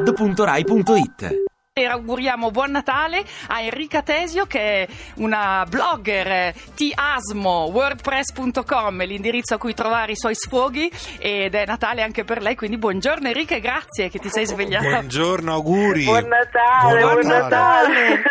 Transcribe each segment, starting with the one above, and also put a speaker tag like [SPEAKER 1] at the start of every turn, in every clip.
[SPEAKER 1] radio2pod.rai.it
[SPEAKER 2] E auguriamo buon Natale a Enrica Tesio che è una blogger eh, tiasmo wordpress.com, l'indirizzo a cui trovare i suoi sfoghi ed è Natale anche per lei, quindi buongiorno Enrica e grazie che ti sei svegliata.
[SPEAKER 3] Buongiorno, auguri.
[SPEAKER 4] Buon Natale, buon, Natale.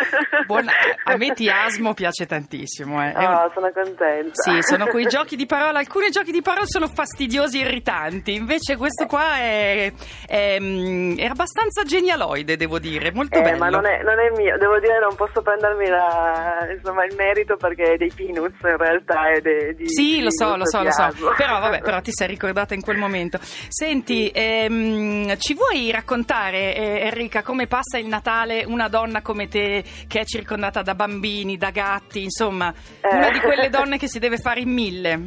[SPEAKER 2] Buon- a me tiasmo piace tantissimo. eh. È un-
[SPEAKER 4] Oh, sono contenta.
[SPEAKER 2] Sì, sono quei giochi di parola. Alcuni giochi di parola sono fastidiosi e irritanti. Invece, questo qua è, è, mm, è abbastanza genialoide, devo dire. Molto
[SPEAKER 4] Eh,
[SPEAKER 2] bello.
[SPEAKER 4] ma non è, non è mio, devo dire non posso prendermi la- insomma, il merito perché è dei Peanuts in realtà e dei- di-
[SPEAKER 2] Sì,
[SPEAKER 4] di
[SPEAKER 2] lo so, lo so, lo so.
[SPEAKER 4] entusiasmo.
[SPEAKER 2] Però, vabbè, però ti sei ricordata in quel momento. Senti, ehm, ci vuoi raccontare, eh, Enrica, come passa il Natale una donna come te, che è circondata da bambini, da gatti, insomma,
[SPEAKER 4] Eh.
[SPEAKER 2] una di quelle donne che si deve fare in mille.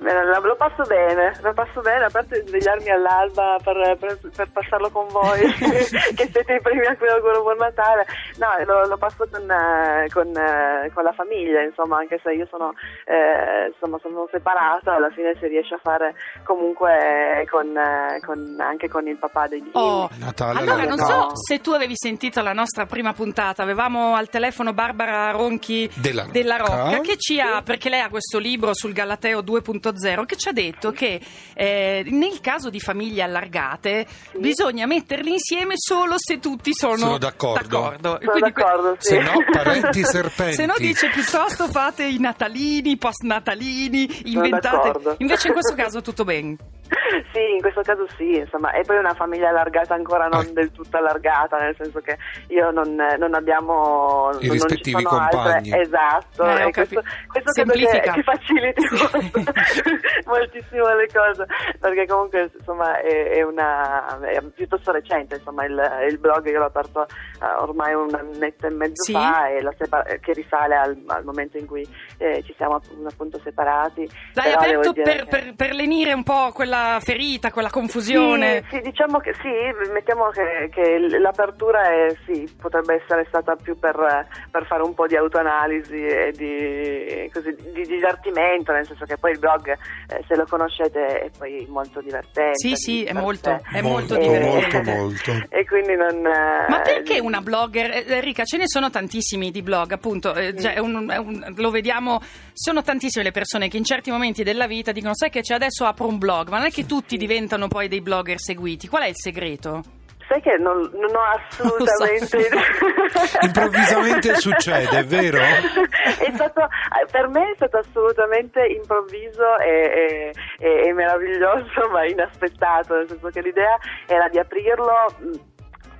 [SPEAKER 4] Me la- Lo passo bene, lo passo bene, a parte svegliarmi all'alba per, per- per passarlo con voi, che siete i primi a cui auguro buon Natale. No, lo, lo passo con, eh, con, eh, con la famiglia, insomma, anche se io sono, eh, insomma, sono separata, alla fine si riesce a fare comunque con, eh, con- anche con il papà dei bimbi.
[SPEAKER 2] Oh,
[SPEAKER 3] Natale
[SPEAKER 2] Allora,
[SPEAKER 3] alla
[SPEAKER 2] non so
[SPEAKER 3] Natale.
[SPEAKER 2] se tu avevi sentito la nostra prima puntata, avevamo al telefono Barbara Ronchi
[SPEAKER 3] Della Rocca.
[SPEAKER 2] della Rocca che ci ha, perché lei ha questo libro sul Galateo 2.0, che ci ha detto che eh, nel caso di famiglie allargate bisogna metterli insieme solo se tutti sono,
[SPEAKER 3] Sono d'accordo.
[SPEAKER 2] d'accordo.
[SPEAKER 4] Sono
[SPEAKER 2] Quindi que-
[SPEAKER 4] d'accordo, sì.
[SPEAKER 3] Se no, parenti serpenti.
[SPEAKER 2] se no dice piuttosto fate i natalini, post natalini,
[SPEAKER 4] Sono
[SPEAKER 2] inventate.
[SPEAKER 4] d'accordo.
[SPEAKER 2] Invece in questo caso tutto bene.
[SPEAKER 4] Sì, in questo caso sì, insomma, e poi una famiglia allargata ancora non
[SPEAKER 3] Ah.
[SPEAKER 4] del tutto allargata, nel senso che io non, non abbiamo
[SPEAKER 3] I
[SPEAKER 4] non ci
[SPEAKER 3] rispettivi
[SPEAKER 4] sono
[SPEAKER 3] compagni.
[SPEAKER 4] Altre, esatto,
[SPEAKER 2] Eh, ho
[SPEAKER 4] e questo,
[SPEAKER 2] capi-
[SPEAKER 4] questo credo che,
[SPEAKER 2] Semplifica.
[SPEAKER 4] che faciliti
[SPEAKER 2] Sì.
[SPEAKER 4] moltissimo le cose, perché comunque insomma è, è una è piuttosto recente, insomma, il, il blog io l'ho aperto eh, ormai un annetto e mezzo
[SPEAKER 2] Sì.
[SPEAKER 4] fa e la separ- che risale al, al momento in cui eh, ci siamo appunto separati.
[SPEAKER 2] L'hai
[SPEAKER 4] Però devo
[SPEAKER 2] aperto
[SPEAKER 4] dire
[SPEAKER 2] per,
[SPEAKER 4] che-
[SPEAKER 2] per, per lenire un po' quella ferita, quella confusione.
[SPEAKER 4] Sì, sì, diciamo che sì, mettiamo che, che l- l'apertura è, sì, potrebbe essere stata più per, per fare un po' di autoanalisi e di, così, di divertimento, nel senso che poi il blog, eh, se lo conoscete, è poi molto divertente.
[SPEAKER 2] Sì, sì, è
[SPEAKER 4] Per
[SPEAKER 2] molto,
[SPEAKER 4] sé.
[SPEAKER 2] è molto,
[SPEAKER 4] Molto,
[SPEAKER 2] divertente.
[SPEAKER 3] Molto, molto.
[SPEAKER 4] E quindi non...
[SPEAKER 2] Ma perché una blogger? Eh, Enrica, ce ne sono tantissimi di blog, appunto, eh, già è un- è un- lo vediamo, sono tantissime le persone che in certi momenti della vita dicono sai che c'è adesso apro un blog, ma non è che tutti diventano poi dei blogger seguiti, qual è il segreto?
[SPEAKER 4] Sai che non, non ho assolutamente
[SPEAKER 2] Non
[SPEAKER 3] Improvvisamente succede, è vero?
[SPEAKER 4] È stato, per me è stato assolutamente improvviso e, e- e- e meraviglioso, ma inaspettato, nel senso che l'idea era di aprirlo. mh,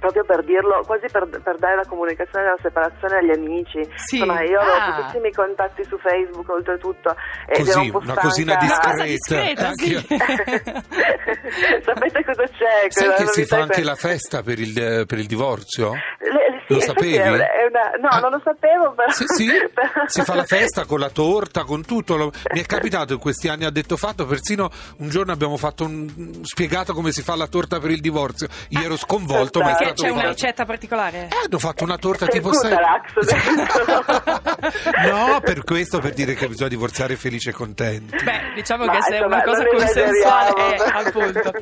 [SPEAKER 4] Proprio per dirlo, quasi per, per dare la comunicazione della separazione agli amici.
[SPEAKER 2] Sì.
[SPEAKER 4] Insomma, io
[SPEAKER 2] Ah.
[SPEAKER 4] ho pochissimi contatti su Facebook, oltretutto. ed ero
[SPEAKER 3] Così,
[SPEAKER 4] un po'
[SPEAKER 3] una cosina
[SPEAKER 4] stanca.
[SPEAKER 2] Una cosa
[SPEAKER 3] discreta.
[SPEAKER 2] discreta, Ah, sì.
[SPEAKER 4] Sapete cosa c'è?
[SPEAKER 3] Sai
[SPEAKER 4] Quella
[SPEAKER 3] che si
[SPEAKER 4] novità
[SPEAKER 3] fa
[SPEAKER 4] è
[SPEAKER 3] anche
[SPEAKER 4] quella-
[SPEAKER 3] la festa per il, per il divorzio?
[SPEAKER 4] le- le- sì,
[SPEAKER 3] Lo
[SPEAKER 4] sì,
[SPEAKER 3] sapevi?
[SPEAKER 4] sì, è una- è una- no,
[SPEAKER 3] Ah.
[SPEAKER 4] non lo sapevo, però...
[SPEAKER 3] Sì, sì,
[SPEAKER 4] però-
[SPEAKER 3] si fa la festa con la torta, con tutto. Lo- Mi è capitato in questi anni, ha detto fatto, persino un giorno abbiamo fatto un- spiegato come si fa la torta per il divorzio. Io ero sconvolto, ma è
[SPEAKER 2] Perché
[SPEAKER 3] stato
[SPEAKER 2] c'è una cioè
[SPEAKER 3] fatto.
[SPEAKER 2] ricetta particolare?
[SPEAKER 3] Eh, hanno fatto una torta
[SPEAKER 4] C'è
[SPEAKER 3] tipo
[SPEAKER 4] il
[SPEAKER 3] sai-
[SPEAKER 4] Cutalax dentro.
[SPEAKER 3] no, per questo, per dire che bisogna divorziare felici e contenti.
[SPEAKER 2] Beh, diciamo
[SPEAKER 4] Ma,
[SPEAKER 2] che se è una
[SPEAKER 4] insomma,
[SPEAKER 2] cosa
[SPEAKER 4] non
[SPEAKER 2] consensuale, eh,
[SPEAKER 4] esageriamo.
[SPEAKER 2] appunto.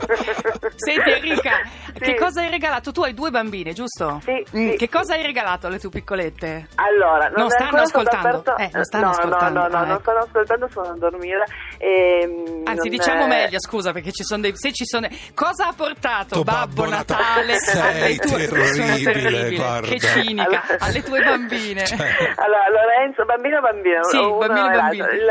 [SPEAKER 2] Senti Enrica,
[SPEAKER 4] Sì.
[SPEAKER 2] che cosa hai regalato? Tu hai due bambine, giusto?
[SPEAKER 4] Sì,
[SPEAKER 2] Mm,
[SPEAKER 4] sì,
[SPEAKER 2] che
[SPEAKER 4] sì.
[SPEAKER 2] cosa hai regalato alle tue piccolette?
[SPEAKER 4] Allora, non,
[SPEAKER 2] Non
[SPEAKER 4] è
[SPEAKER 2] stanno
[SPEAKER 4] ancora stato
[SPEAKER 2] ascoltando.
[SPEAKER 4] aperto-
[SPEAKER 2] Eh, non stanno
[SPEAKER 4] no,
[SPEAKER 2] ascoltando.
[SPEAKER 4] No, no, no,
[SPEAKER 2] Ah,
[SPEAKER 4] non
[SPEAKER 2] ecco.
[SPEAKER 4] stanno ascoltando, sono a dormire. Ehm,
[SPEAKER 2] Anzi,
[SPEAKER 4] non
[SPEAKER 2] diciamo
[SPEAKER 4] è-
[SPEAKER 2] meglio, scusa, perché ci sono dei. Se ci sono. Cosa ha portato
[SPEAKER 3] Tu,
[SPEAKER 2] Babbo,
[SPEAKER 3] Babbo
[SPEAKER 2] Natale?
[SPEAKER 3] Natale, sei
[SPEAKER 2] alle tue- sono
[SPEAKER 3] terribile,
[SPEAKER 2] terribile,
[SPEAKER 3] guarda.
[SPEAKER 2] Che cinica.
[SPEAKER 4] Allora-
[SPEAKER 2] Alle tue bambine.
[SPEAKER 3] Cioè,
[SPEAKER 4] Allora, Lorenzo, bambino o bambino?
[SPEAKER 2] Sì,
[SPEAKER 4] Uno
[SPEAKER 2] bambino e
[SPEAKER 4] e
[SPEAKER 2] bambino.
[SPEAKER 4] l'altro. Il,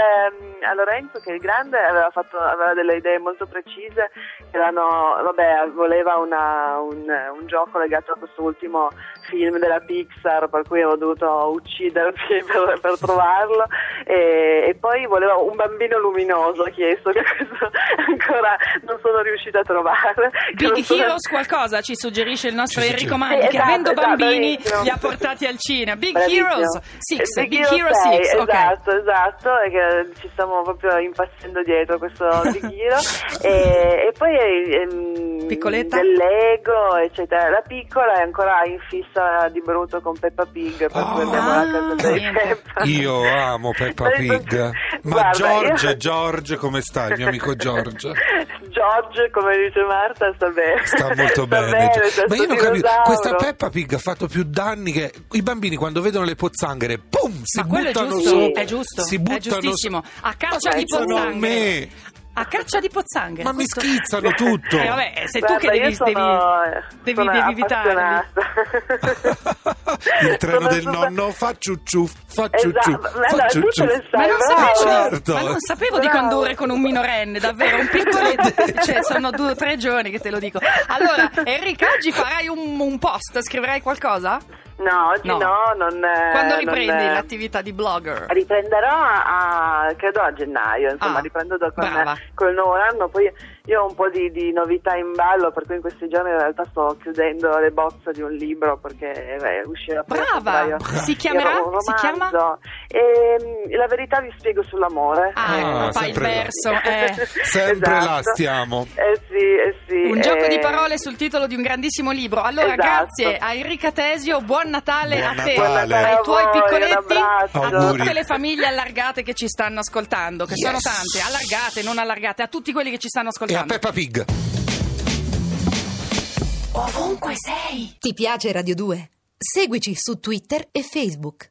[SPEAKER 4] ehm, a Lorenzo, che è il grande, aveva, fatto, aveva delle idee molto precise, che erano, vabbè, voleva una- un, un gioco legato a questo ultimo film film della Pixar per cui avevo dovuto uccidermi per, per trovarlo e, e poi volevo un bambino luminoso ho chiesto che questo ancora non sono riuscita a trovare Che non
[SPEAKER 2] Big
[SPEAKER 4] sono-
[SPEAKER 2] Heroes qualcosa ci suggerisce il nostro
[SPEAKER 3] Ci
[SPEAKER 2] Enrico
[SPEAKER 3] suggerisce.
[SPEAKER 2] Mandi
[SPEAKER 4] Sì,
[SPEAKER 2] che
[SPEAKER 4] esatto,
[SPEAKER 2] avendo
[SPEAKER 4] esatto,
[SPEAKER 2] bambini
[SPEAKER 4] bravissimo.
[SPEAKER 2] li ha portati al cinema Big
[SPEAKER 4] Bravissimo.
[SPEAKER 2] Heroes 6
[SPEAKER 4] Eh,
[SPEAKER 2] Big Hero 6
[SPEAKER 4] Sei,
[SPEAKER 2] ok
[SPEAKER 4] Esatto, esatto, e che ci stiamo proprio impazzendo dietro questo Big Hero. e, e poi ehm,
[SPEAKER 2] Piccoletta?
[SPEAKER 4] del Lego, eccetera. La piccola è ancora in fissa di brutto con Peppa Pig, per cui
[SPEAKER 3] Oh.
[SPEAKER 4] abbiamo la casa
[SPEAKER 2] Ah,
[SPEAKER 4] dei
[SPEAKER 2] niente.
[SPEAKER 4] Peppa.
[SPEAKER 3] Io amo Peppa Pig. Ma
[SPEAKER 4] Guarda,
[SPEAKER 3] George,
[SPEAKER 4] io-
[SPEAKER 3] George, come stai, mio amico George?
[SPEAKER 4] George, come dice Marta, sta bene.
[SPEAKER 3] Sta molto bene. George.
[SPEAKER 4] sta
[SPEAKER 3] Ma io
[SPEAKER 4] sto
[SPEAKER 3] non capisco,
[SPEAKER 4] dinosauro.
[SPEAKER 3] questa Peppa Pig ha fatto più danni che i bambini quando vedono le pozzanghere, boom, si
[SPEAKER 2] ma quello è
[SPEAKER 3] buttano
[SPEAKER 2] giusto
[SPEAKER 3] su.
[SPEAKER 2] è giusto
[SPEAKER 3] si
[SPEAKER 2] è
[SPEAKER 3] buttano
[SPEAKER 2] giustissimo
[SPEAKER 3] su.
[SPEAKER 2] a caccia
[SPEAKER 3] Ma
[SPEAKER 2] di
[SPEAKER 3] pensano a
[SPEAKER 2] pozzanghere
[SPEAKER 3] me.
[SPEAKER 2] a caccia di pozzanghere
[SPEAKER 3] Ma mi
[SPEAKER 2] questo-
[SPEAKER 3] schizzano tutto.
[SPEAKER 2] eh, vabbè sei tu
[SPEAKER 4] Guarda,
[SPEAKER 2] che devi
[SPEAKER 4] io sono-
[SPEAKER 2] devi, devi,
[SPEAKER 4] sono
[SPEAKER 2] devi evitare
[SPEAKER 4] appassionata.
[SPEAKER 3] Il treno
[SPEAKER 4] Sono
[SPEAKER 3] del
[SPEAKER 4] super-
[SPEAKER 3] nonno fa ciucciù, fa ciucciù,
[SPEAKER 4] Esatto, ma no,
[SPEAKER 3] fa
[SPEAKER 4] tu
[SPEAKER 3] ciucciù.
[SPEAKER 4] ce le sai,
[SPEAKER 2] ma non,
[SPEAKER 4] bravo.
[SPEAKER 2] sapevo,
[SPEAKER 3] Certo.
[SPEAKER 2] ma non sapevo di
[SPEAKER 4] Bravo.
[SPEAKER 2] condurre con un minorenne, davvero, un
[SPEAKER 3] Certo.
[SPEAKER 2] piccoletto. cioè, sono due o tre giorni che te lo dico. Allora, Enrica, oggi farai un, un post, scriverai qualcosa?
[SPEAKER 4] No, oggi
[SPEAKER 2] No.
[SPEAKER 4] no, non... eh,
[SPEAKER 2] Quando
[SPEAKER 4] non,
[SPEAKER 2] riprendi
[SPEAKER 4] eh,
[SPEAKER 2] l'attività di blogger?
[SPEAKER 4] Riprenderò a, a- credo a gennaio, insomma,
[SPEAKER 2] Ah,
[SPEAKER 4] riprendo da-
[SPEAKER 2] brava.
[SPEAKER 4] con, col nuovo anno, poi io ho un po' di, di novità in ballo, per cui in questi giorni in realtà sto chiudendo le bozze di un libro perché eh, uscirà poi a
[SPEAKER 2] Brava!
[SPEAKER 4] febbraio.
[SPEAKER 2] Si chiamerà?
[SPEAKER 4] Era un romanzo.
[SPEAKER 2] Si chiama?
[SPEAKER 4] Ehm, la verità vi spiego sull'amore.
[SPEAKER 2] Ah,
[SPEAKER 3] Ah,
[SPEAKER 2] ecco, fai il
[SPEAKER 3] sempre là.
[SPEAKER 2] verso. eh.
[SPEAKER 3] Sempre là stiamo.
[SPEAKER 4] Eh sì, eh sì.
[SPEAKER 2] Un gioco
[SPEAKER 4] eh,
[SPEAKER 2] di parole sul titolo di un grandissimo libro. Allora,
[SPEAKER 4] Esatto.
[SPEAKER 2] grazie a Enrica Tesio, buon Natale
[SPEAKER 3] Buon
[SPEAKER 2] a te,
[SPEAKER 3] Natale.
[SPEAKER 2] ai tuoi
[SPEAKER 4] A voi,
[SPEAKER 2] piccoletti,
[SPEAKER 4] un
[SPEAKER 2] a
[SPEAKER 4] abbraccio.
[SPEAKER 2] tutte
[SPEAKER 3] Auguri.
[SPEAKER 2] le famiglie allargate che ci stanno ascoltando, che
[SPEAKER 3] Yes.
[SPEAKER 2] sono tante, allargate, non allargate, a tutti quelli che ci stanno
[SPEAKER 3] E a
[SPEAKER 2] ascoltando.
[SPEAKER 3] Peppa Pig.
[SPEAKER 1] Ti piace Radio 2? Seguici su Twitter e Facebook.